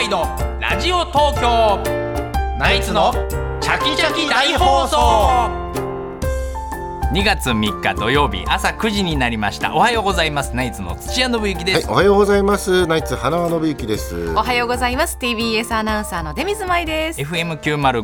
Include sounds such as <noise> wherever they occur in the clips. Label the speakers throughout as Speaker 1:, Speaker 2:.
Speaker 1: イのラジオ東京ナイツのチャキチャキ大放送2月3日土曜日朝9時になりましたおはようございますナイツの土屋信之で
Speaker 2: はい
Speaker 1: す、、
Speaker 2: おはようございます。ナイツ花輪信之です。
Speaker 3: おはようございます TBS アナウンサーの出水舞です
Speaker 1: FM905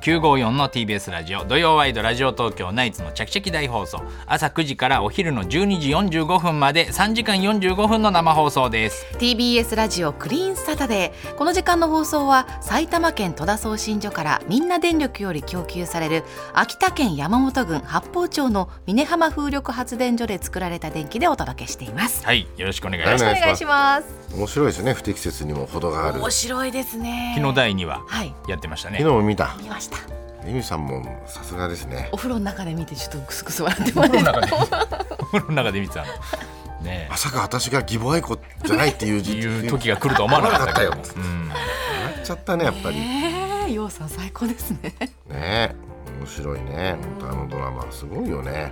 Speaker 1: AM954 の TBS ラジオ土曜ワイドラジオ東京ナイツのチャキチャキ大放送朝9時からお昼の12時45分まで3時間45分の生放送です
Speaker 3: TBS ラジオクリーンサタデーこの時間の放送は埼玉県戸田送信所からみんな電力より供給される秋田県山本郡八方町の峰浜風力発電所で作られた電気でお届けしていますよ
Speaker 1: はいよろしくお願いしま
Speaker 2: は
Speaker 3: ろ
Speaker 1: す
Speaker 3: しくお願いします
Speaker 2: 面白いですね。不適切にも程がある。
Speaker 3: 面
Speaker 2: 昨
Speaker 3: 白いですね
Speaker 1: 昨日第2話
Speaker 3: はい
Speaker 1: やってましたね <laughs>
Speaker 2: 日も見た。
Speaker 3: 見ました
Speaker 2: リミさんもさすがですね
Speaker 3: お。風呂の中で見てちょっとクスクス笑ってました
Speaker 1: お風呂の中で見てたのね
Speaker 2: まさか私が義母愛子じゃない
Speaker 3: <laughs>
Speaker 2: っていう
Speaker 1: え
Speaker 2: 時
Speaker 1: いう時
Speaker 2: が
Speaker 1: が来るとは思わなかったけど
Speaker 2: 思わなかっ
Speaker 1: うん
Speaker 2: やっちゃったねやっぱり。ね
Speaker 3: えー、ようさん最高ですねやっ
Speaker 2: 面白いね。本当あのドラマすごいよね。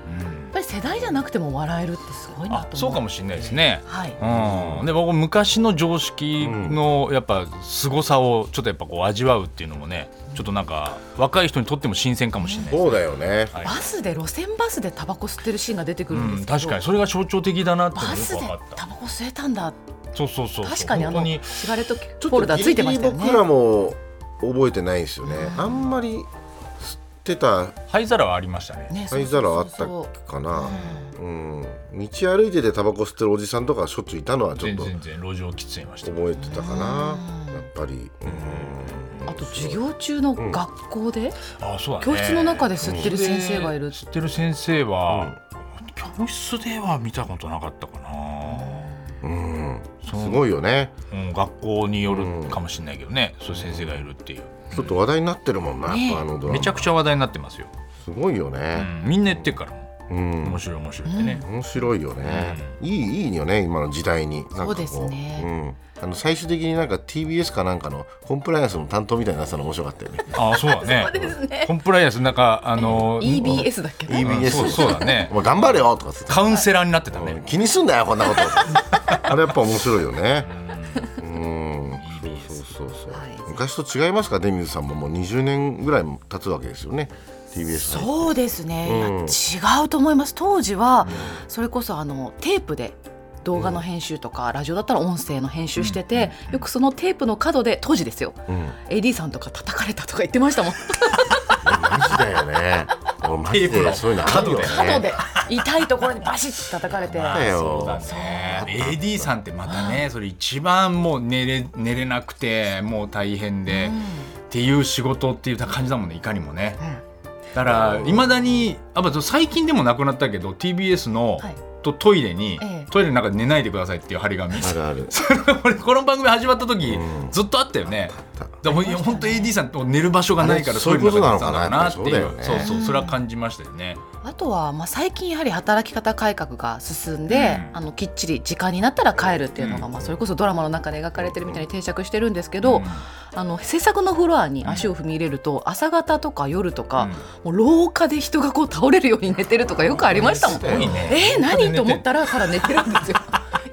Speaker 3: ぱり世代じゃなくても笑えるってすごい
Speaker 1: あ
Speaker 3: なと思う
Speaker 1: そうかもしれないですね
Speaker 3: はい
Speaker 1: うん、で僕昔の常識のやっぱ凄さをちょっとやっぱこう味わうっていうのもねちょっとなんか若い人にとっても新鮮かもしれない、
Speaker 2: そうだよね。
Speaker 1: はい
Speaker 3: バスで路線バスでタバコ吸ってるシーンが出てくるんで
Speaker 1: うん、
Speaker 3: すけど、
Speaker 1: 確かにそれが象徴的だなっていうの
Speaker 3: バ
Speaker 1: がよく
Speaker 3: スで
Speaker 1: 分かっ
Speaker 3: タ
Speaker 1: た
Speaker 3: バコ吸えたんだ
Speaker 1: そうそうそうそう
Speaker 3: 確かにあ
Speaker 1: 本
Speaker 3: の
Speaker 1: 当に
Speaker 3: シガレットホルダーついてましたよね
Speaker 2: 僕らも覚えてないですよね。あんまり吸ってた
Speaker 1: 灰皿はありましたね
Speaker 3: ね
Speaker 2: 灰皿あった
Speaker 3: そうそうそ
Speaker 2: か
Speaker 3: う
Speaker 2: な。うん。道歩いててタバコ吸ってるおじさんとかしょっちゅういたのはちょっ
Speaker 1: 全
Speaker 2: と
Speaker 1: 然全然路上喫煙はして
Speaker 2: 覚えてたかな。
Speaker 3: うん
Speaker 2: やっぱり。うん
Speaker 3: あと授業中の学校で、
Speaker 1: あそうだ、ね、
Speaker 3: 教室の中で吸ってる先生がいる
Speaker 1: うん吸ってる先生は、教室では見たことなかったかな、
Speaker 2: うん、
Speaker 1: その
Speaker 2: すごいよね。
Speaker 1: うん、学校によるかもしれないけどね、そういう先生がいるっていう、
Speaker 2: ちょっと話題になってるもんな、
Speaker 3: ねえ
Speaker 2: やっぱあのドラマ。
Speaker 1: めちゃくちゃ話題になってますよ、
Speaker 2: すごいよ
Speaker 1: う
Speaker 2: ね。
Speaker 1: ん、みんな言ってっから
Speaker 2: うん、
Speaker 1: 面白い面白いってね、
Speaker 2: 面白いよね。いいいいよね、今の時代に。なんかこ
Speaker 3: そうですね。
Speaker 2: うん、あの最終的になんか TBS かなんかのコンプライアンスの担当みたいになってたの面白かったよね。
Speaker 1: あそうだねコンプライアンスなんかあの
Speaker 3: EBS だっけど、
Speaker 1: うん
Speaker 2: EBS
Speaker 1: そうそうだね
Speaker 2: お前頑張れよとかっつって。
Speaker 1: カウンセラーになってたね、
Speaker 2: 気にすんなよこんな <laughs> こと。あれやっぱ面白いよね。うん。そうそうそうそう。
Speaker 3: はい
Speaker 2: 昔と違いますか、デミズさんももう20年ぐらいも経つわけですよね。TBS の。
Speaker 3: そうですね、
Speaker 2: うん
Speaker 3: いや違うと思います当時は、それこそあのテープで動画の編集とか、ラジオだったら音声の編集してて、よくそのテープの角で当時ですよ、
Speaker 2: うん。
Speaker 3: AD さんとか叩かれたとか言ってましたもん
Speaker 2: マジだよ <laughs> ね。俺マジ
Speaker 1: テープの
Speaker 2: でそういうのあるよね。
Speaker 3: 角で痛いところにバシッと叩かれて、
Speaker 2: あだよ
Speaker 1: そうだね AD さんってまたねそれ一番もう寝れ寝れなくてもう大変で、っていう仕事っていう感じだもんねいかにもね、だからいまだにあまあ最近でもなくなったけど TBS の、
Speaker 3: はい
Speaker 1: とトイレに、
Speaker 3: ええ
Speaker 1: トイレの中で寝ないでくださいっていう張り紙
Speaker 2: あるある。
Speaker 1: 俺 <laughs> この番組始まった時、
Speaker 2: うん
Speaker 1: ずっとあったよねだからもう本当 AD さんと寝る場所がないから
Speaker 2: あれそういうことなのかな
Speaker 1: トイレの中で寝てたんだなっていう
Speaker 2: やっぱりそうだよね
Speaker 1: そうそうそれは感じましたよね、
Speaker 3: あとは、まあ、最近やはり働き方改革が進んで、
Speaker 1: うん
Speaker 3: あのきっちり時間になったら帰るっていうのが、
Speaker 1: う
Speaker 3: まあ、それこそドラマの中で描かれてるみたいに定着してるんですけ
Speaker 1: う
Speaker 3: ど、
Speaker 1: ん
Speaker 3: あの制作のフロアに足を踏み入れると、朝方とか夜とか、もう廊下で人がこう倒れるように寝てるとかよくありましたもん。
Speaker 2: すごいね
Speaker 3: えー、何と思ったらから寝てるんですよ。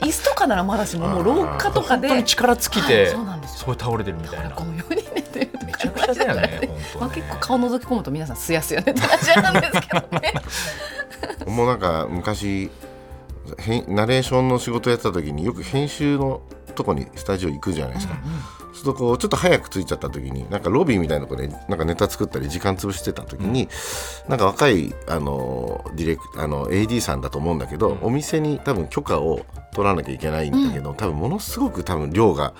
Speaker 3: 椅子とかならまだしももう廊下とか
Speaker 1: 本
Speaker 3: で
Speaker 1: 当に力尽きて、
Speaker 3: はいそうなんですよ
Speaker 1: すごい倒れてるみたいな
Speaker 3: このように寝てるとか
Speaker 1: めちゃくちゃだよね本当ね
Speaker 3: まあ、結構顔覗き込むと皆さんすやすや寝てらっしゃるんですけど
Speaker 1: <laughs>
Speaker 3: ね。
Speaker 2: <laughs> もうなんか昔へんナレーションの仕事やってた時によく編集のとこにスタジオ行くじゃないですか、そうするとこうちょっと早く着いちゃった時になんかロビーみたいなとこでなんかネタ作ったり時間潰してた時に、なんか若いあのディレクあの AD さんだと思うんだけど、お店に多分許可を取らなきゃいけないんだけど、多分ものすごく多分量が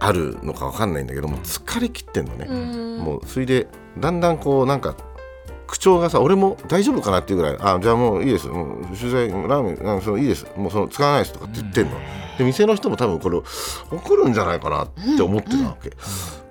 Speaker 2: あるのかわかんないんだけどもう疲れ切ってんのね、もうそれでだんだんこうなんか口調がさ俺も大丈夫かなっていうぐらい「あじゃあもういいですもう取材ラーメンあそのいいですもうその使わないです」とかって言ってんの、で店の人も多分これ怒るんじゃないかなって思ってたわけ、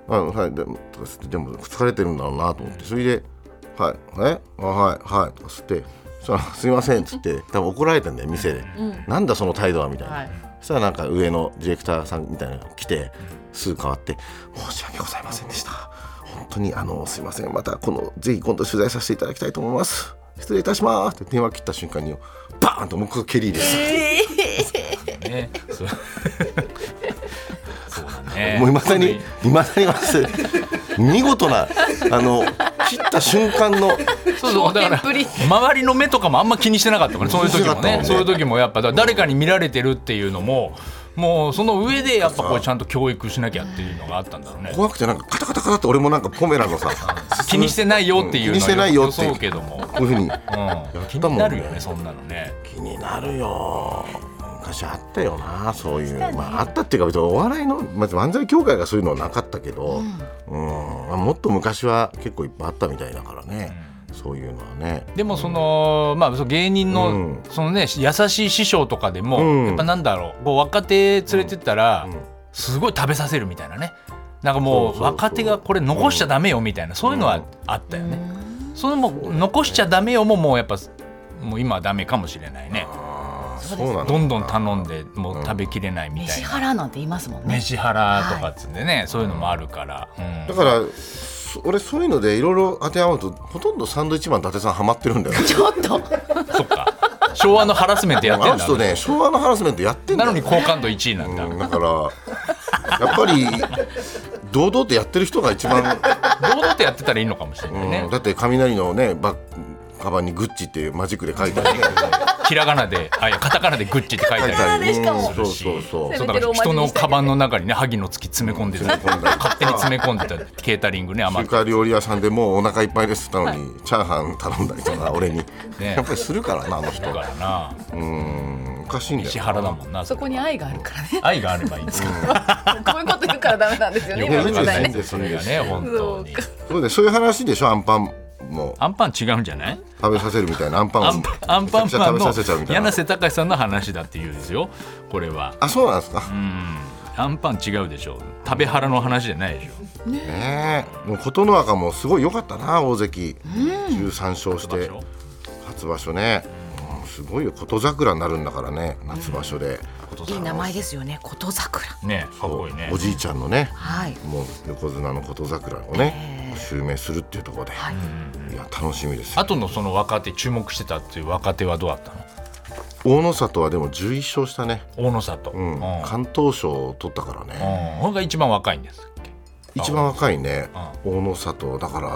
Speaker 2: あのはいでもとかつってでも疲れてるんだろうなと思ってそれで「はいえあはいはい」とかつって「そしたらすいません」っつって多分怒られたんだよ店で「なんだその態度は」みたいな、
Speaker 3: はい
Speaker 2: そしたらなんか上のディレクターさんみたいなのが来てすぐ変わって「申し訳ございませんでした」本当にあのすいませんまたこのぜひ今度取材させていただきたいと思います失礼いたしますって電話切った瞬間にバーンともう一回蹴り入れ
Speaker 1: <laughs>
Speaker 2: て
Speaker 1: ねそうそうだねね
Speaker 2: もういまだにいまだに忘れ見事なあの切った瞬間の
Speaker 1: そうそうだから
Speaker 3: 表現
Speaker 1: 周りの目とかもあんま気にしてなかったからそういう時もね
Speaker 2: 面白かったもんね
Speaker 1: そういう時もやっぱだ誰かに見られてるっていうのももうその上でやっぱこうちゃんと教育しなきゃっていうのがあったんだろうね
Speaker 2: 怖くてなんかカタカタカタって俺もなんかポメラのさ
Speaker 1: 気にしてないよっていうのは
Speaker 2: 気にしてないよって
Speaker 1: そうけども、
Speaker 2: こういうふうに
Speaker 1: うん、気
Speaker 2: たもん
Speaker 1: にな
Speaker 2: ね
Speaker 1: るよねそんなのね
Speaker 2: 気になるよ昔あったよなそういう、まああったっていうか別にお笑いの、まず漫才協会がそういうのはなかったけど、うんもっと昔は結構いっぱいあったみたいだからね、そういうのはね
Speaker 1: でもその、まあ、その芸人の,、
Speaker 2: うん
Speaker 1: そのね、優しい師匠とかでも、
Speaker 2: うん
Speaker 1: やっぱなんだろうこう若手連れてったら、すごい食べさせるみたいなねなんかもう
Speaker 2: そうそうそう
Speaker 1: 若手がこれ残しちゃダメよみたいなそういうのはあったよね、そのもう残しちゃダメよももうやっぱもう今はダメかもしれないね
Speaker 2: そうなの
Speaker 1: どんどん頼んでもう食べきれないみたい
Speaker 3: 飯
Speaker 1: な、
Speaker 3: 腹なんて言いますもんね。
Speaker 1: 飯腹とかっつってね、そういうのもあるから、うん
Speaker 2: だからそ俺そういうのでいろいろ当てはまるとほとんどサンドイッチマン伊達さんハマってるんだ
Speaker 1: <laughs>
Speaker 2: よ
Speaker 3: ちょっと
Speaker 1: そっか昭和のハラスメントやって
Speaker 2: あ
Speaker 1: る
Speaker 2: の
Speaker 1: んだ
Speaker 2: 人ね昭和のハラスメントやってんだ
Speaker 1: な
Speaker 2: よ
Speaker 1: のに好感度1位なんだ、
Speaker 2: うん、だからやっぱり堂々とやってる人が一番、
Speaker 1: 堂々とやってたらいいのかもしれな
Speaker 2: う
Speaker 1: い
Speaker 2: ん
Speaker 1: ね、
Speaker 2: だって雷のねバッカバンにグッチっていうマジックで書いてあるね
Speaker 1: ひらがなであいやカタカナでグッチって書いて
Speaker 2: 書いて
Speaker 1: あ
Speaker 2: あ
Speaker 1: る
Speaker 2: る
Speaker 3: しかも
Speaker 2: うんそうそうそう
Speaker 1: そうだから人のカバンの中にね萩の月詰め込んでた
Speaker 2: 詰め込んだり
Speaker 1: 勝手に詰め込んでたケータリングね甘
Speaker 2: 中
Speaker 1: く
Speaker 2: 華料理屋さんでもうお腹いっぱいですって言ったのに、チャーハン頼んだりとか俺に、
Speaker 1: ね
Speaker 2: やっぱりするからなあの人
Speaker 1: だからな
Speaker 2: うんおかしいんだよ
Speaker 1: 石原だもんな
Speaker 3: そこに愛があるからね。
Speaker 1: 愛があればいいんですか
Speaker 3: こういうこと言うからダメなんですよ
Speaker 1: ら
Speaker 3: ね。
Speaker 1: よ
Speaker 2: く
Speaker 1: く
Speaker 2: わ
Speaker 3: 今
Speaker 1: わかん
Speaker 2: かんない
Speaker 3: の時代
Speaker 1: ない
Speaker 3: ね。
Speaker 1: ねそれがね本当に
Speaker 3: そう
Speaker 2: そうでそういう話でしょアンパンも
Speaker 1: アンパン違うんじゃない
Speaker 2: 食べさせるみたいなアンパンを
Speaker 1: アンパンアンパン
Speaker 2: めちゃくち
Speaker 1: マ
Speaker 2: ゃ
Speaker 1: ン
Speaker 2: 食べ
Speaker 1: の
Speaker 2: させちゃうみたいな
Speaker 1: 柳瀬隆さんの話だっていうんですよこれは
Speaker 2: あそうなんですか、
Speaker 1: アンパン違うでしょ食べ腹の話じゃないでしょ
Speaker 2: ねえもう琴ノ若もすごい良かったな大関、13勝し
Speaker 1: 場
Speaker 2: て
Speaker 1: 所
Speaker 2: 初場所ね、うんすごいよ琴桜になるんだからね夏場所で、
Speaker 3: いい名前ですよね。琴桜。
Speaker 1: ねかっこいいね
Speaker 2: おじいちゃんのね
Speaker 3: はい。
Speaker 2: もう横綱の琴桜をね襲名するっていうところで、い、や楽しみですよ
Speaker 1: あとのその若手注目してたっていう若手はどうだったの
Speaker 2: 大の里はでも11勝したね、
Speaker 1: 大野里、
Speaker 2: うん
Speaker 1: うん
Speaker 2: 関東賞を取ったからね、
Speaker 1: うん、ほんが一番若いんですっけ
Speaker 2: 一番若いね、大の里だから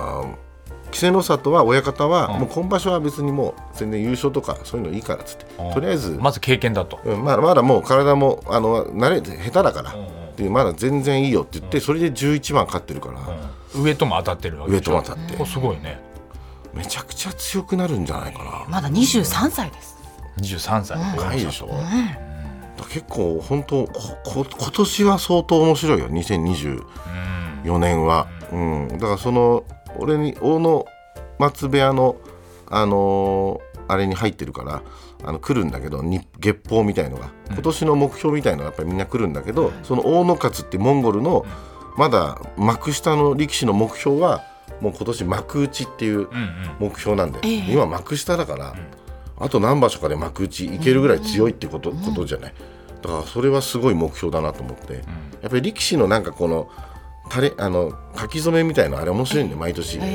Speaker 2: 稀勢の里は親方は、もう今場所は別にもう全然優勝とかそういうのいいからっつって、とりあえず
Speaker 1: まず経験だと、
Speaker 2: うん、まあまだもう体もあの慣れて下手だから、でまだ全然いいよって言って、それで11番勝ってるから、
Speaker 1: 上とも当たってるわけ
Speaker 2: 上
Speaker 1: でしょ
Speaker 2: と当たって、
Speaker 1: これすごいね
Speaker 2: めちゃくちゃ強くなるんじゃないかな
Speaker 3: まだ二十三歳です。
Speaker 1: 23歳、
Speaker 2: 若いでしょ、だから結構本当ここ今年は相当面白いよ2024年は、うんだからその俺に大野松部屋のあのーあれに入ってるからあの来るんだけどに月報みたいのが今年の目標みたいのがやっぱりみんな来るんだけど、その大野勝ってモンゴルのまだ幕下の力士の目標はもう今年幕内っていう目標なんで、今幕下だから、あと何場所かで幕内いけるぐらい強いってこと,、ことじゃないだからそれはすごい目標だなと思って、やっぱり力士のなんかこのたれあの書き初めみたいなあれ面白いんで毎年書くん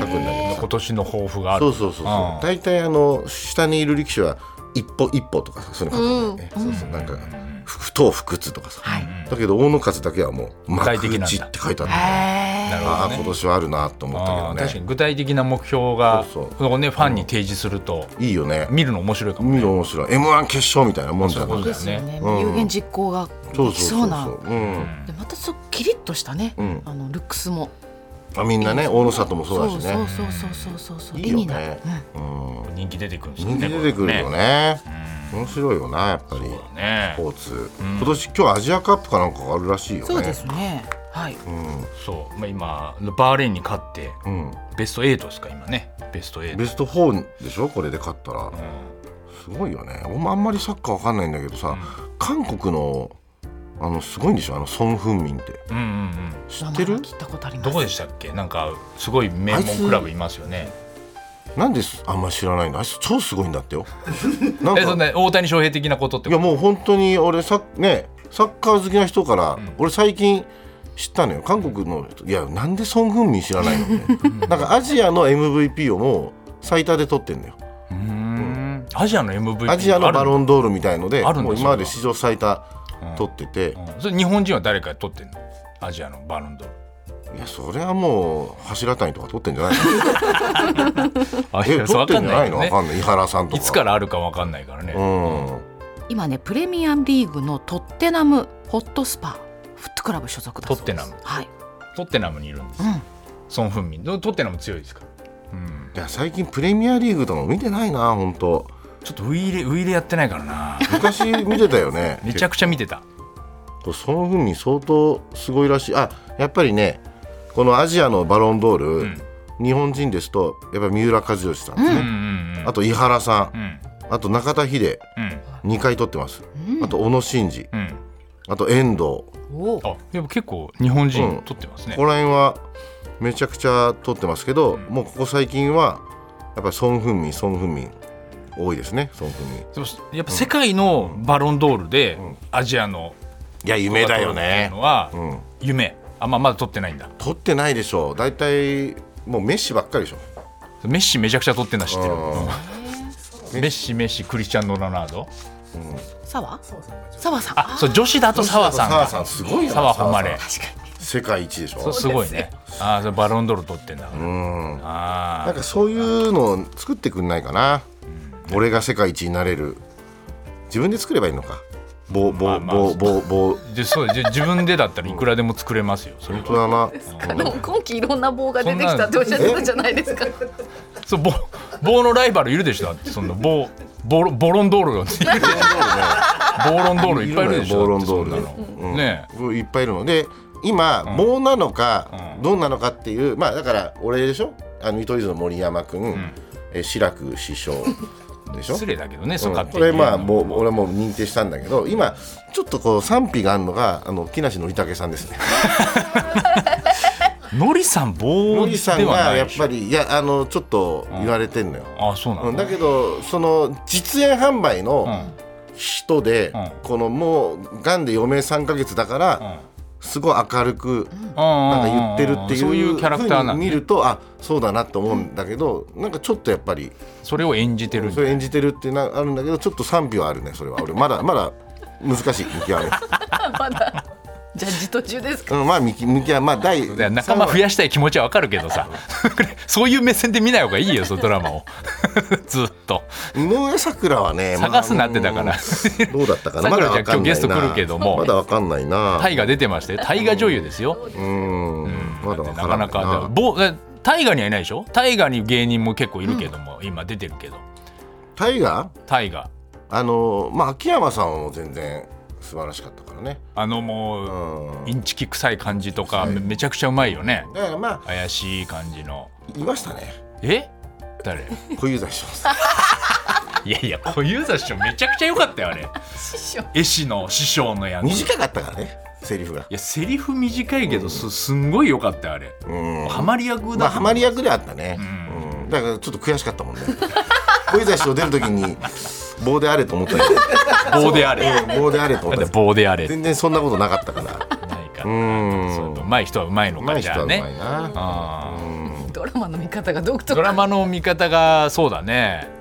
Speaker 2: だけどさ
Speaker 1: 今年の抱負がある
Speaker 2: そうそうそうそう大体あの下にいる力士は一歩一歩とかさそういうの書くんだよね、そうそうなんか不当不屈とかさ、だけど大野勝だけはもう
Speaker 1: 具体
Speaker 2: 幕
Speaker 1: 的なんだ
Speaker 2: 内って書いてある
Speaker 3: へ
Speaker 1: なる
Speaker 2: あ
Speaker 1: ほ
Speaker 2: あ
Speaker 1: ど
Speaker 2: 今
Speaker 1: ね
Speaker 2: 年はあるなと思ったけ
Speaker 1: あ
Speaker 2: ど
Speaker 1: ー
Speaker 2: ね
Speaker 1: 確かに具体的な目標が
Speaker 2: そうそう
Speaker 1: このねファンに提示すると、
Speaker 2: いいよね
Speaker 1: 見るの面白いかも
Speaker 2: 見る面白い m 1決勝みたいなもんじゃ
Speaker 1: そ
Speaker 2: ん
Speaker 1: うだ
Speaker 3: え。で
Speaker 1: よ
Speaker 3: すよ
Speaker 1: ね
Speaker 3: ね。有言実行ができそうな。
Speaker 2: うん
Speaker 3: でまたそうキリッとしたね。
Speaker 2: ん
Speaker 3: あのルックスも。
Speaker 2: まあみんなね大野里もそうだしね
Speaker 3: そうそうそうそうそうそう。
Speaker 2: いいよ
Speaker 3: 絵になる
Speaker 2: ね、うん
Speaker 1: 人気出てくるんですよね
Speaker 2: 人気出てくるよ
Speaker 1: こ
Speaker 2: ね面白いよなやっぱり
Speaker 1: れね
Speaker 2: スポーツ今年今日アジアカップかなんかがあるらしいよね
Speaker 3: そうですね。はい。
Speaker 1: そう、まあ、今バーレーンに勝って、
Speaker 2: ん
Speaker 1: ベスト8ですか今ねベスト8
Speaker 2: ベスト4でしょこれで勝ったら、すごいよね俺もあんまりサッカーわかんないんだけどさ、韓国のあのすごいんでしょあのソン・フンミンって
Speaker 1: うんうんうん
Speaker 2: 知ってる
Speaker 3: 聞いたことあります。
Speaker 1: どこでしたっけなんかすごい名門クラブいますよね
Speaker 2: なんですあんまり知らないのあいつ超すごいんだってよなん
Speaker 1: えそん
Speaker 2: か
Speaker 1: な大谷翔平的なことって
Speaker 2: い
Speaker 1: こ
Speaker 2: や
Speaker 1: と
Speaker 2: もう本当に俺サッ,、ね、サッカー好きな人から、俺最近知ったのよ韓国の人いやなんでソン・フンミン知らな
Speaker 1: <laughs>
Speaker 2: いのってなんかアジアの MVP をもう最多で取ってんだよ
Speaker 1: うーんアジアの MVP
Speaker 2: アジアのバロ
Speaker 1: ン
Speaker 2: ンドールみたいので
Speaker 1: あるんだ
Speaker 2: もう今まで史上最多取ってて、
Speaker 1: それ日本人は誰か取ってんのアジアのバロンドール
Speaker 2: いやそれはもう柱谷とか取ってんじゃない
Speaker 1: <laughs>
Speaker 2: の
Speaker 1: あ
Speaker 2: え取
Speaker 1: わ
Speaker 2: ってんじゃないの
Speaker 1: よね
Speaker 2: わかんない井原さんと
Speaker 1: い
Speaker 2: か
Speaker 1: つからあるかわかんないからね、
Speaker 2: うん
Speaker 3: 今ねプレミアリーグのトッテナムホットスパフットクラブ所属だそうです
Speaker 1: トッテナム
Speaker 3: はい、
Speaker 1: トッテナムにいるんです
Speaker 3: うん、
Speaker 1: ソン・フンミントッテナム強いですから、うん、
Speaker 2: いや最近プレミアリーグとかも見てないな本当
Speaker 1: ちょっとウイイレウイイレやってないからな
Speaker 2: 昔見てたよね
Speaker 1: めちゃくち <laughs> ゃ見てた
Speaker 2: これその風に相当すごいらしいあやっぱりねこのアジアのバロンドール、
Speaker 1: ん
Speaker 2: 日本人ですとやっぱり三浦知良さんです
Speaker 1: うんう
Speaker 2: ね、
Speaker 1: んうん
Speaker 2: あと井原さん、
Speaker 1: うん
Speaker 2: あと中田秀
Speaker 1: うん
Speaker 2: 2回取ってます、あと小野伸二
Speaker 1: うん
Speaker 2: あと遠藤
Speaker 3: お
Speaker 1: あやっぱ結構日本
Speaker 2: うん
Speaker 1: 人取ってますね、
Speaker 2: ここら辺はめちゃくちゃ取ってますけど、もうここ最近はやっぱりソン・フンミンソン・フンミン多いですねソン・フンミン
Speaker 1: でもやっぱ世界のバロンドールでアジアの
Speaker 2: いや夢だ
Speaker 1: 人
Speaker 2: よ
Speaker 1: が取るっていう
Speaker 2: ね
Speaker 1: のは
Speaker 2: うん
Speaker 1: 夢あまあまだ取ってないんだ
Speaker 2: 取ってないでしょう大体もうメッシばっかりでしょ
Speaker 1: メッシめちゃくちゃ取ってんのは知ってる
Speaker 2: う
Speaker 1: メッシメッシクリスチャン・ロナウド
Speaker 3: 沢沢さん
Speaker 1: あそう女子だと澤さん
Speaker 2: 澤
Speaker 1: が
Speaker 2: さんすごいな
Speaker 1: 澤誉れ
Speaker 2: 澤
Speaker 3: 確かに
Speaker 2: 世界一でしょ
Speaker 1: そうすごいねあーそれバロンドール取ってんだから、
Speaker 2: うん
Speaker 1: あ
Speaker 2: な
Speaker 1: あ
Speaker 2: んかそういうのを作ってくんないかな、俺が世界一になれる自分で作ればいいのか棒
Speaker 1: ま
Speaker 2: 棒
Speaker 1: あまあ
Speaker 2: 棒棒棒
Speaker 1: でそうじゃ自分でだったらいくらでも作れます <laughs> よそれ
Speaker 2: 本
Speaker 1: は
Speaker 2: 当だな
Speaker 3: あでも今期いろんな棒が出てきたっておっしゃってたじゃないですか。
Speaker 1: そう棒棒のライバルいるでしょだってその棒ボロボロンドールが <laughs> いるでしょボロンドールいっぱいいるでしょ
Speaker 2: ボロンドール
Speaker 1: だってそんなのねえ
Speaker 2: うんいっぱいいるので今、棒なのか、
Speaker 1: うん
Speaker 2: どうなのかっていうまあだから俺でしょあの見取り図の森山君、ん、え志らく師匠でしょ
Speaker 1: 失礼だけどね
Speaker 2: う
Speaker 1: そうん勝手
Speaker 2: こ
Speaker 1: に
Speaker 2: れ
Speaker 1: 言うの
Speaker 2: まあもう俺はもう認定したんだけど今ちょっとこう賛否があるのがあの木梨憲武さんですね。
Speaker 1: のりさん棒
Speaker 2: のりさん
Speaker 1: では
Speaker 2: が
Speaker 1: ない
Speaker 2: やっ
Speaker 1: でしょ
Speaker 2: ぱりいやあのちょっと言われてんのよ。
Speaker 1: あそうな
Speaker 2: うんん、
Speaker 1: だ
Speaker 2: だけどその実演販売の
Speaker 1: う
Speaker 2: 人で、
Speaker 1: うん
Speaker 2: このもうがんで余命3か月だから、
Speaker 1: ん
Speaker 2: すごい明るく
Speaker 1: な
Speaker 2: なんか言ってるって
Speaker 1: そうい
Speaker 2: いう
Speaker 1: うキャラクター
Speaker 2: 風
Speaker 1: な
Speaker 2: に
Speaker 1: ん
Speaker 2: 見
Speaker 1: で
Speaker 2: るとあそうだなと思うんだけど、なんかちょっとやっぱり
Speaker 1: それを演じてるん
Speaker 2: そ
Speaker 1: だ
Speaker 2: れ演じてるってなあるんだけどちょっと賛否はあるねそれは俺まだまだ難しい見極め、
Speaker 3: <laughs> まだジャッジ途中ですか。
Speaker 2: <laughs> うん、まあ見き見極めまあ第
Speaker 1: いや仲間増やしたい気持ちはわかるけどさ <laughs> そういう目線で見ない方がいいよそのドラマを <laughs> ずっと
Speaker 2: 井上咲楽はね
Speaker 1: 探すなってだから
Speaker 2: まあうんどうだった
Speaker 1: <laughs>
Speaker 2: かなま
Speaker 1: 咲
Speaker 2: だ
Speaker 1: 楽ちゃん
Speaker 2: わか
Speaker 1: 今
Speaker 2: んないな
Speaker 1: 日ゲスト来るけども
Speaker 2: まだわかんないな
Speaker 1: 大河出てましたよ大河女優ですよ
Speaker 2: うんまだわ
Speaker 1: な
Speaker 2: か
Speaker 1: からな
Speaker 2: ない
Speaker 1: か
Speaker 2: な
Speaker 1: 某え大河にはいないでしょ大河に芸人も結構いるけども、今出てるけど
Speaker 2: 大河
Speaker 1: 大河
Speaker 2: あのまあ秋山さんはもう全然素晴らしかったからね
Speaker 1: あの
Speaker 2: う
Speaker 1: もう、
Speaker 2: ん
Speaker 1: インチキ臭い感じとかめめちゃくちゃうまいよね
Speaker 2: だからまあ
Speaker 1: 怪しい感じの
Speaker 2: 言いましたね
Speaker 1: え
Speaker 2: <laughs>
Speaker 1: 誰
Speaker 2: 小遊三師匠です
Speaker 1: <laughs> いやいや小遊三師匠めちゃくちゃ良かったよあれ
Speaker 3: 師匠。
Speaker 1: 絵師の師匠のやつ
Speaker 2: 短かったからねセリフが
Speaker 1: いやセリフ短いけどすすんごい良かったよあれ、
Speaker 2: うん
Speaker 1: ハマり役
Speaker 2: まあ
Speaker 1: だ
Speaker 2: ハマり役ではあったねうんだからちょっと悔しかったもんね <laughs> 小遊三師匠出る時に棒であれと思ったよ
Speaker 1: 棒であれ <laughs> だ
Speaker 2: うん棒であれと
Speaker 1: っ
Speaker 2: 思った
Speaker 1: て
Speaker 2: よ
Speaker 1: 棒であれない
Speaker 2: 全然そんなことなかったから
Speaker 1: か
Speaker 2: うん
Speaker 1: そううまい人はうまいの
Speaker 2: う
Speaker 1: か
Speaker 2: まい
Speaker 1: じ
Speaker 2: 人
Speaker 1: ゃ
Speaker 2: は
Speaker 1: あ
Speaker 2: うまい
Speaker 1: ね
Speaker 2: な
Speaker 1: あー
Speaker 3: ドラマの見方が独特。
Speaker 1: <laughs> ドラマの見方がそうだね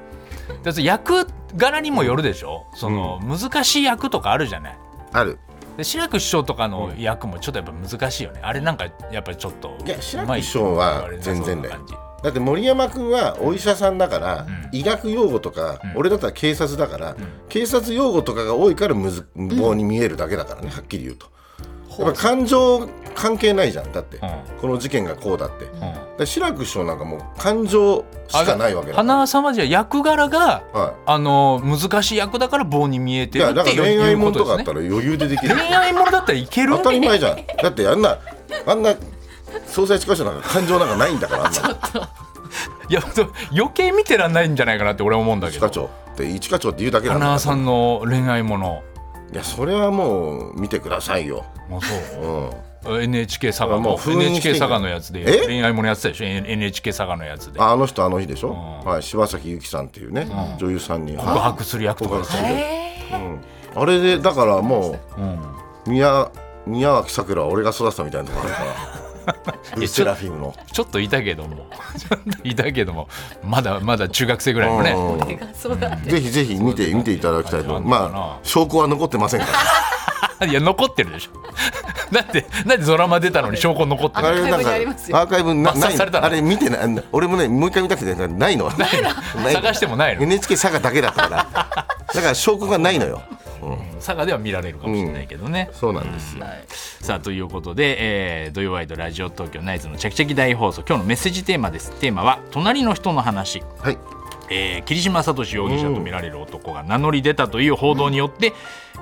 Speaker 1: だって役柄にもよるでしょその、難しい役とかあるじゃない
Speaker 2: ある
Speaker 1: で志らく師匠とかの役もちょっとやっぱ難しいよね、あれなんかやっぱりちょっと
Speaker 2: いや志ら
Speaker 1: うま
Speaker 2: く師匠は全然だよ
Speaker 1: そうな感じ
Speaker 2: だって森山君はお医者さんだから、医学用語とか、俺だったら警察だから、警察用語とかが多いからむず棒に見えるだけだからね、はっきり言うと。やっぱ感情関係ないじゃんだって、
Speaker 1: ん
Speaker 2: この事件がこうだって、だか
Speaker 1: うん
Speaker 2: ら志らく師匠なんかもう感情しかないわけだから
Speaker 1: 花輪さんはじゃあ役柄が
Speaker 2: は
Speaker 1: あの難しい役だから棒に見え
Speaker 2: い、
Speaker 1: て
Speaker 2: い
Speaker 1: る
Speaker 2: や
Speaker 1: っ
Speaker 2: だ
Speaker 1: て
Speaker 2: か
Speaker 1: い
Speaker 2: ら
Speaker 1: う
Speaker 2: 恋愛もんとか
Speaker 1: こ
Speaker 2: だっ
Speaker 1: です
Speaker 2: た
Speaker 1: ね
Speaker 2: ら余裕でできる
Speaker 1: 恋愛ものだったらいける
Speaker 2: 当たり前じゃんだってあんなあんな総裁司書なんか感情なんかないんだか
Speaker 1: <laughs>
Speaker 2: らあんない
Speaker 1: やそう余計見てらんないんじゃないかなって俺は思うんだけ
Speaker 2: 一
Speaker 1: ど
Speaker 2: 課長って一課長って言うだけなん
Speaker 1: 花
Speaker 2: だから
Speaker 1: 輪さんの恋愛もの
Speaker 2: いやそれはもう見てくださいよ、
Speaker 1: もうそう
Speaker 2: うん、
Speaker 1: NHK 佐賀
Speaker 2: あもう
Speaker 1: の
Speaker 2: 封印してんじゃ
Speaker 1: NHK 佐
Speaker 2: ん
Speaker 1: 賀のやつで
Speaker 2: え
Speaker 1: 恋愛ものやってたでしょ N- NHK 佐賀のやつで
Speaker 2: ああの人あの日でしょ、
Speaker 1: うん
Speaker 2: はい、柴咲ゆきさんっていうね、女優さんに
Speaker 1: 告白する役とか
Speaker 2: 告
Speaker 1: でし
Speaker 2: 白す
Speaker 1: ょ
Speaker 2: る
Speaker 3: ええ
Speaker 2: あれでだからも
Speaker 1: うん
Speaker 2: う宮宮脇さくらは俺が育てたみたいなとこあるから
Speaker 1: い
Speaker 2: ウル
Speaker 1: や
Speaker 2: セ
Speaker 1: ちょ
Speaker 2: ラフィムの
Speaker 1: ちょっといたけども <laughs> ちょっといたけどもまだまだ中学生ぐらいのね
Speaker 2: うん
Speaker 3: 手がそうだ。
Speaker 2: ぜひぜひ見て見ていただきたい
Speaker 1: あ
Speaker 2: と
Speaker 1: るのかな <laughs>
Speaker 2: まあ証拠は残ってませんから
Speaker 1: いや残ってるでしょだってだってドラマ出たのに証拠残って
Speaker 3: あ
Speaker 1: る
Speaker 2: な
Speaker 3: れ
Speaker 2: ん
Speaker 3: アーカイブに
Speaker 2: か
Speaker 3: ありますよ
Speaker 2: アーカイブな
Speaker 1: 抹殺
Speaker 2: ない
Speaker 1: されたの
Speaker 2: あれ見てないな俺もねもう一回見たくてないの <laughs> ない
Speaker 1: 探してもないの
Speaker 2: NHK 佐賀だけだからだから証拠がないのよ、うん、
Speaker 1: 佐賀では見られるかもしれないけどね、
Speaker 2: そうなんですよ
Speaker 1: さあということで、えー土曜ワイドラジオ東京ナイツのチャキチャキ大放送今日のメッセージテーマですテーマは隣の人の話
Speaker 2: はい
Speaker 1: えー、桐島聡容疑者と見られる男が名乗り出たという報道によって、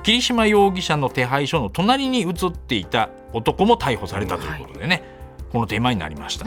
Speaker 1: 桐島容疑者の手配書の隣に写っていた男も逮捕されたということでね、この手前になりました、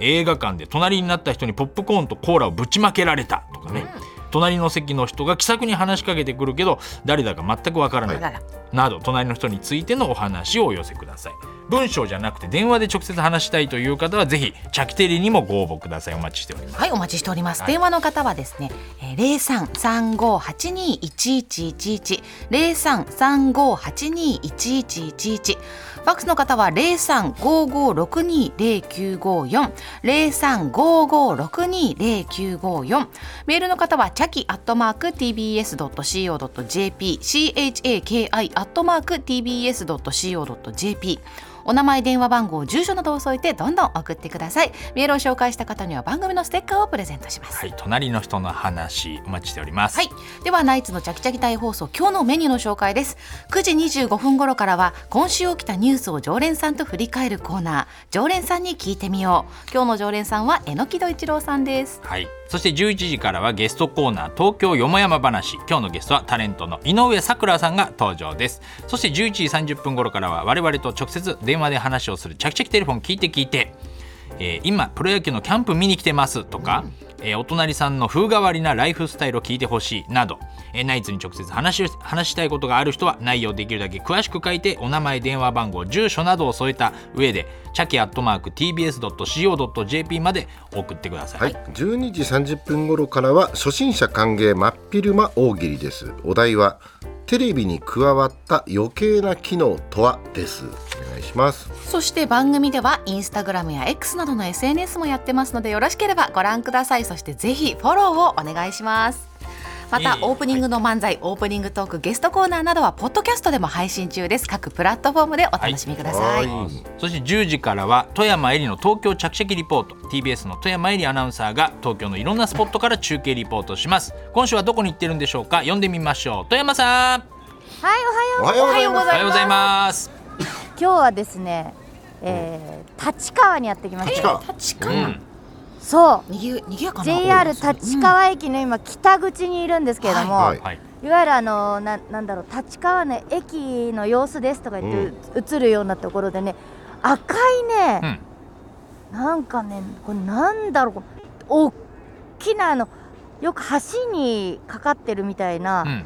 Speaker 1: 映画館で隣になった人にポップコーンとコーラをぶちまけられたとかね、隣の席の人が気さくに話しかけてくるけど誰だか全くわからない、
Speaker 3: あらら
Speaker 1: など隣の人についてのお話をお寄せください文章じゃなくて電話で直接話したいという方はぜひチャキテリにもご応募くださいお待ちしております
Speaker 3: はい、お待ちしております。
Speaker 1: はい
Speaker 3: 電話の方はですね、零三三五八二一一一一、零三三五八二一一一一。ファックスの方は零三五五六二零九五四、零三五五六二零九五四。メールの方はチャキアットマーク TBS ドット CO ドット JP、CHAKI アットマーク TBS ドット CO ドット JP。お名前、電話番号、住所などを添えてどんどん送ってください。メールを紹介した方には番組のステッカーをプレゼントします。は、
Speaker 1: はいい、隣の人の話お待ちしております。
Speaker 3: ではナイツのチャキチャキ大放送今日のメニューの紹介です。9時25分頃からは今週起きたニュースを常連さんと振り返るコーナー、常連さんに聞いてみよう。今日の常連さんは榎木戸一郎さんです。
Speaker 1: はい、そして11時からはゲストコーナー東京よもやま話今日のゲストはタレントの井上咲楽さんが登場ですそして11時30分頃からは我々と直接電話で話をするチャキチャキテレフォン聞いて聞いて、えー今プロ野球のキャンプ見に来てますとか、えーお隣さんの風変わりなライフスタイルを聞いてほしいなど、えーナイツに直接話を話したいことがある人は内容をできるだけ詳しく書いてお名前電話番号住所などを添えた上でチャキアットマーク TBS.CO.JP まで送ってください
Speaker 2: はい、12時30分頃からは初心者歓迎真っ昼間大喜利ですお題はテレビに加わった余計な機能とはですお願いします
Speaker 3: そして番組ではインスタグラムや X などの SNS もやってますのでよろしければご覧くださいそしてぜひフォローをお願いしますまた
Speaker 1: ええ
Speaker 3: オープニングの漫才、オープニングトークゲストコーナーなどはポッドキャストでも配信中です各プラットフォームでお楽しみください、
Speaker 2: は
Speaker 1: そして10時からは富山えりの東京着席リポート TBS の富山えりアナウンサーが東京のいろんなスポットから中継リポートします今週はどこに行ってるんでしょうか読んでみましょう富山さん
Speaker 2: おはようございます
Speaker 1: おはようございます
Speaker 4: 今日はですね、えー立川にやってきました、
Speaker 2: 近
Speaker 3: 立
Speaker 1: う
Speaker 3: 川、
Speaker 1: ん
Speaker 4: そ
Speaker 3: にぎにぎやか
Speaker 4: う
Speaker 3: な
Speaker 4: JR 立川駅の今北口にいるんですけれども、
Speaker 2: はい
Speaker 4: い、
Speaker 1: はい
Speaker 4: わゆるあのななんだろう立川の駅の様子ですとか言って、う映るようなところでね赤いね
Speaker 1: う、ん
Speaker 4: なんかねこれなんだろうこう大きなあのよく橋にかかってるみたいな、
Speaker 1: うん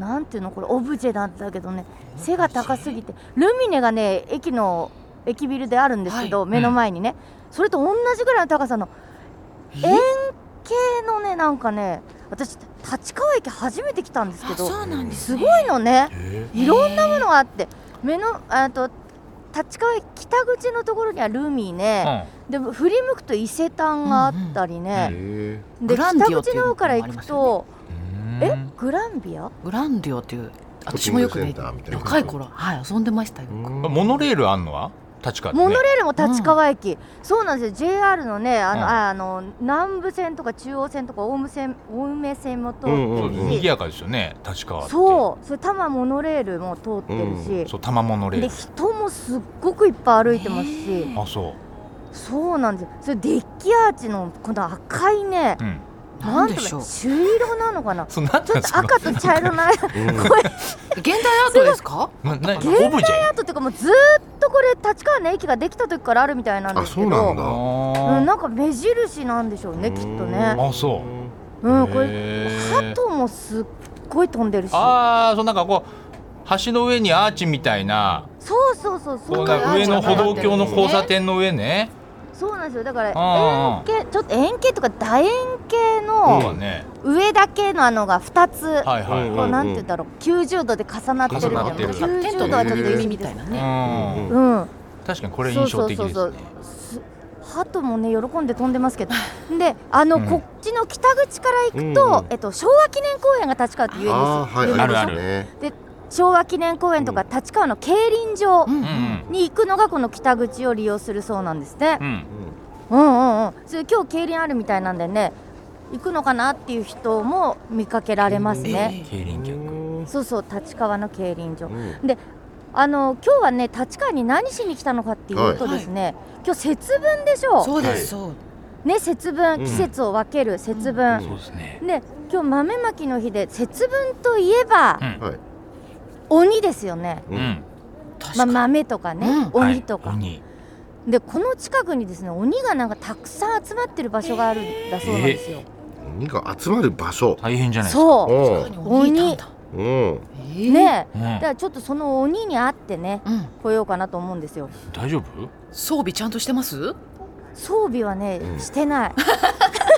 Speaker 4: なんていうのこれオブジェなんだけどね背が高すぎてルミネがね駅の駅ビルであるんですけど、目の前にね、それと同じぐらいの高さの円形のねなんかね私立川駅初めて来たんですけど
Speaker 3: うなんです
Speaker 4: ごいのねいろんなものがあって目のあと立川駅北口のところにはルミネ、でも振り向くと伊勢丹があったりね、
Speaker 2: え
Speaker 4: で
Speaker 3: グランディオ
Speaker 4: 北
Speaker 3: って
Speaker 4: 口
Speaker 3: いう
Speaker 4: の
Speaker 3: のも
Speaker 4: 方
Speaker 3: あ
Speaker 4: から
Speaker 3: り
Speaker 4: 行
Speaker 3: ま
Speaker 4: く
Speaker 3: すよ
Speaker 4: と、
Speaker 1: う
Speaker 4: え
Speaker 1: ん
Speaker 4: グランビア
Speaker 3: グランディオっていう私もよく
Speaker 2: ショッピン
Speaker 3: ね
Speaker 2: グセンターみたいな
Speaker 3: 若い頃はい遊んでましたよ、
Speaker 2: ー
Speaker 1: モノレールあんのは立川でね
Speaker 4: モノレールも立川駅、そうなんですよ JR のねあの、
Speaker 1: うん
Speaker 4: ああの南武線とか中央線とか青梅線青梅線も通ってる
Speaker 2: う
Speaker 4: し、
Speaker 2: んうん
Speaker 1: そう賑やかですよね立川って
Speaker 4: そうそれ多摩モノレールも通ってるし、
Speaker 1: そう玉モノレー
Speaker 4: で
Speaker 1: ル
Speaker 4: 人もすっごくいっぱい歩いてますし、
Speaker 3: ね
Speaker 1: あそ
Speaker 4: そうなんですよそれデッキアーチのこの赤いね
Speaker 1: う、う、ん、
Speaker 3: なん
Speaker 4: と
Speaker 3: でしょう
Speaker 4: 朱色なのか
Speaker 1: <laughs>
Speaker 4: なち
Speaker 1: そうなん
Speaker 4: ょっと赤と茶色のア <laughs>
Speaker 2: う
Speaker 4: ー
Speaker 2: ん
Speaker 3: 現代アートですか
Speaker 1: なな
Speaker 4: 現代
Speaker 1: オブジェ
Speaker 4: トっていうかもうずーっとこれ立川の駅ができた時からあるみたいなんですけど
Speaker 2: あそうなんだ
Speaker 4: うん
Speaker 1: あ
Speaker 4: なんか目印なんでしょうねきっとね
Speaker 1: ーあそう
Speaker 4: うんこれ
Speaker 1: へー
Speaker 4: 鳩もすっごい飛んでるし
Speaker 1: ああそうなんかこう橋の上にアーチみたいな
Speaker 4: そうそうそうそ
Speaker 1: こ
Speaker 4: う
Speaker 1: う
Speaker 4: な
Speaker 1: なんん
Speaker 4: です
Speaker 1: か
Speaker 4: よ
Speaker 1: 上の歩道橋の交差点の上ね
Speaker 4: そうなんですよだから
Speaker 1: あ
Speaker 4: 円
Speaker 1: ー
Speaker 4: 形ちょっと円形とか楕円形
Speaker 1: そうだ
Speaker 4: の
Speaker 1: ね
Speaker 4: 上だけのあのが2つ、
Speaker 1: はいはい
Speaker 4: こ
Speaker 1: は
Speaker 4: う
Speaker 1: い
Speaker 4: なんて言うんだろう90度で重なってるみたい
Speaker 1: 重な
Speaker 4: な
Speaker 1: ってる
Speaker 3: テント
Speaker 4: 90度
Speaker 3: の
Speaker 4: はちょっと
Speaker 3: 上
Speaker 4: 意
Speaker 3: み
Speaker 4: 味
Speaker 3: た
Speaker 4: で
Speaker 3: い
Speaker 4: す
Speaker 3: な
Speaker 1: う
Speaker 3: ね、
Speaker 1: ん
Speaker 2: うん
Speaker 4: うん
Speaker 1: 確かにこれ印象的です
Speaker 4: そうそう
Speaker 1: ね
Speaker 4: そうそう鳩もね喜んで飛んでますけどであの、
Speaker 1: うん
Speaker 4: こっちの北口から行く
Speaker 2: うんう
Speaker 4: と
Speaker 2: ん、
Speaker 4: えっと、昭和記念公園が立川って言うんです
Speaker 2: あ
Speaker 4: よ
Speaker 2: ーはい
Speaker 4: 有名
Speaker 2: あ
Speaker 4: で
Speaker 2: り
Speaker 4: しょ
Speaker 2: ますね
Speaker 4: で昭和記念公園とか立川の競輪場
Speaker 3: うんう
Speaker 1: うん
Speaker 3: ん
Speaker 4: に行くのがこの北口を利用するそうなんですね
Speaker 1: う。ん
Speaker 4: うんうんうん。それ今日競輪あるみたいなんでね、行くのかなっていう人も見かけられますね。
Speaker 1: 競輪客
Speaker 2: うん
Speaker 4: そうそう立川の競輪場。
Speaker 2: うん
Speaker 4: あの今日はね立川に何しに来たのかっていうとですね、今日節分でしょ
Speaker 3: そうですそう
Speaker 4: う。ね節分
Speaker 2: うん
Speaker 4: 季節を分ける節
Speaker 2: う
Speaker 4: 分。
Speaker 2: ん
Speaker 1: そうですね
Speaker 4: で今日豆まきの日で節分といえば
Speaker 1: うん
Speaker 2: はい
Speaker 4: 鬼ですよね。
Speaker 1: う
Speaker 2: うんん
Speaker 3: 確
Speaker 4: ま
Speaker 3: か
Speaker 4: あ、
Speaker 3: に
Speaker 4: 豆とかね、
Speaker 3: う
Speaker 4: 鬼とか、
Speaker 1: はい鬼
Speaker 4: でこの近くにですね鬼がなんかたくさん集まってる場所があるんだそうなんですよ、
Speaker 2: 鬼が集まる場所
Speaker 1: 大変じゃないですか
Speaker 4: そう
Speaker 3: 確かに鬼いたんだ
Speaker 2: んうん
Speaker 3: え
Speaker 4: う
Speaker 3: え
Speaker 4: ね
Speaker 1: う
Speaker 4: え
Speaker 1: ん
Speaker 4: だからちょっとその鬼に会ってね
Speaker 3: うん
Speaker 4: 来ようかなと思うんですよ
Speaker 1: 大丈夫
Speaker 3: 装備ちゃんとしてます
Speaker 4: 装備はね、
Speaker 2: うん
Speaker 4: してない
Speaker 2: <laughs>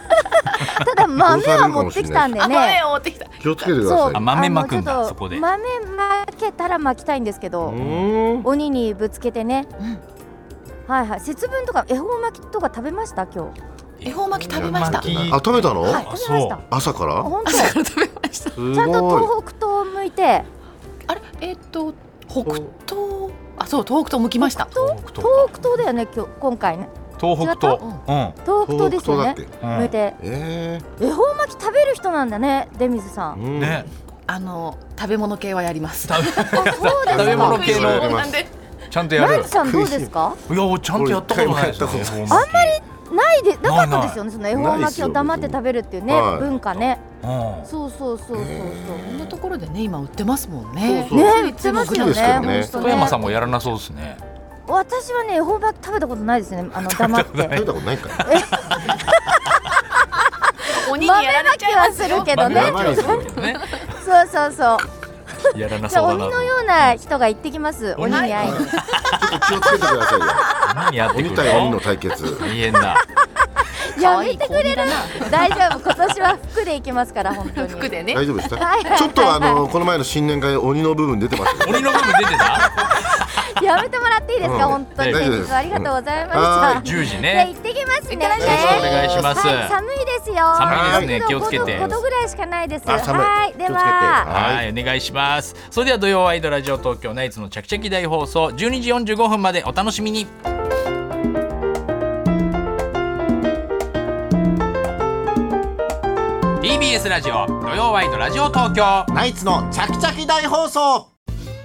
Speaker 4: ただ豆は持ってきたんでね
Speaker 3: を持ってきた
Speaker 2: 気をつけてください
Speaker 1: あ豆まくん
Speaker 4: あの
Speaker 1: だ
Speaker 4: ちょっと
Speaker 1: そこで
Speaker 4: 豆まけたら巻きたいんですけど、
Speaker 2: うん
Speaker 4: 鬼にぶつけてね
Speaker 3: うん
Speaker 4: はいはい節分とか恵方巻きとか食べました今日
Speaker 3: 恵方巻き食べました
Speaker 1: 恵方巻
Speaker 2: あ食べたの、
Speaker 4: はい
Speaker 1: あ
Speaker 4: 食べました
Speaker 1: そ
Speaker 2: 朝から
Speaker 4: 本当
Speaker 3: 朝から食べました
Speaker 2: すごい
Speaker 4: ちゃんと東北東を向いて
Speaker 3: あれえっと北東あそう東北東向きました
Speaker 1: 東北
Speaker 4: 東
Speaker 1: と
Speaker 4: 北東だよね今日今回ね
Speaker 1: 東北と
Speaker 4: 東北東ですよ
Speaker 2: だっ
Speaker 4: ね
Speaker 2: け
Speaker 1: うん
Speaker 4: 向いて
Speaker 2: え
Speaker 4: 恵方巻き食べる人なんだねデミズさ
Speaker 2: え
Speaker 4: ん
Speaker 1: う
Speaker 2: うんん
Speaker 1: ね
Speaker 3: あの食べ物系はやります
Speaker 1: 食
Speaker 4: あそうです
Speaker 1: 食べ物
Speaker 4: か
Speaker 1: 系の
Speaker 3: なんで
Speaker 1: ちゃんとや
Speaker 4: ラ
Speaker 1: る
Speaker 4: イチさんどうですか
Speaker 1: いやちゃんとやったことないですよ
Speaker 2: 俺
Speaker 1: ね
Speaker 2: 一回もや
Speaker 1: あ
Speaker 2: っ
Speaker 1: んまり
Speaker 4: ないでなかったですよねその恵方
Speaker 2: ないっ
Speaker 4: 巻
Speaker 2: す
Speaker 4: き
Speaker 2: よ
Speaker 4: を黙って食べるっていうね
Speaker 2: 別にはい
Speaker 4: 文化ね
Speaker 1: うん
Speaker 4: そうそうそうそ
Speaker 3: こ
Speaker 4: うそう
Speaker 3: んな
Speaker 2: え
Speaker 3: ところでね今売ってますもんね
Speaker 2: そうそう
Speaker 4: ね売ってますよ
Speaker 2: そうですけ
Speaker 4: ね
Speaker 2: どね
Speaker 4: ほんと
Speaker 1: 富
Speaker 4: ね
Speaker 1: 山さんもやらなそうですね
Speaker 4: 私はね恵方巻き食べたことないですねあの黙っ
Speaker 2: <laughs> え食べ
Speaker 4: て
Speaker 2: たことないか
Speaker 3: 鬼
Speaker 4: 豆巻きはするけど
Speaker 1: 豆
Speaker 4: ね
Speaker 1: ま
Speaker 2: や
Speaker 1: き
Speaker 2: ばいですね
Speaker 1: ね
Speaker 4: そうそうそう
Speaker 1: やらな
Speaker 4: じゃあ
Speaker 1: そう
Speaker 4: 鬼
Speaker 1: だ
Speaker 4: の
Speaker 1: な
Speaker 4: ような人が行ってきます鬼に会いに
Speaker 2: ちょっと気をつけてください <laughs> よ
Speaker 1: 何やってく
Speaker 2: 鬼
Speaker 1: る
Speaker 2: 対鬼の
Speaker 1: の
Speaker 2: 対決
Speaker 1: 大変だ
Speaker 4: やめてくれるな大丈夫今年は服で行きますから本当
Speaker 3: <laughs>
Speaker 4: に
Speaker 3: 服でね
Speaker 2: 大丈夫でし
Speaker 4: はい
Speaker 2: たちょっとあのこの前の新年会鬼の部分出てました
Speaker 1: 鬼の部分出てた
Speaker 4: やめてもらっていいですか、
Speaker 2: うん
Speaker 4: 本当に
Speaker 2: 大丈夫
Speaker 4: 先
Speaker 2: です
Speaker 4: 日はありがとうございま
Speaker 2: は
Speaker 4: した。
Speaker 2: い
Speaker 4: じ
Speaker 1: 10時
Speaker 4: ゃあ行
Speaker 1: ね
Speaker 4: ってきますね。
Speaker 3: 行ってらっしゃい
Speaker 1: よろしくお願いします
Speaker 4: はい寒いですよ。
Speaker 1: 寒いですね
Speaker 4: 温度
Speaker 1: 気をつけて
Speaker 4: 5度5度ぐらいしかないです。
Speaker 2: あ寒い
Speaker 4: はい、で
Speaker 2: 気をつけて
Speaker 4: は。
Speaker 1: はい、お願いします。それでは土曜ワイドラジオ東京ナイツのチャキチャキ大放送12時45分までお楽しみに。TBS ラジオ土曜ワイドラジオ東京。
Speaker 2: ナイツのチャキチャキ大放送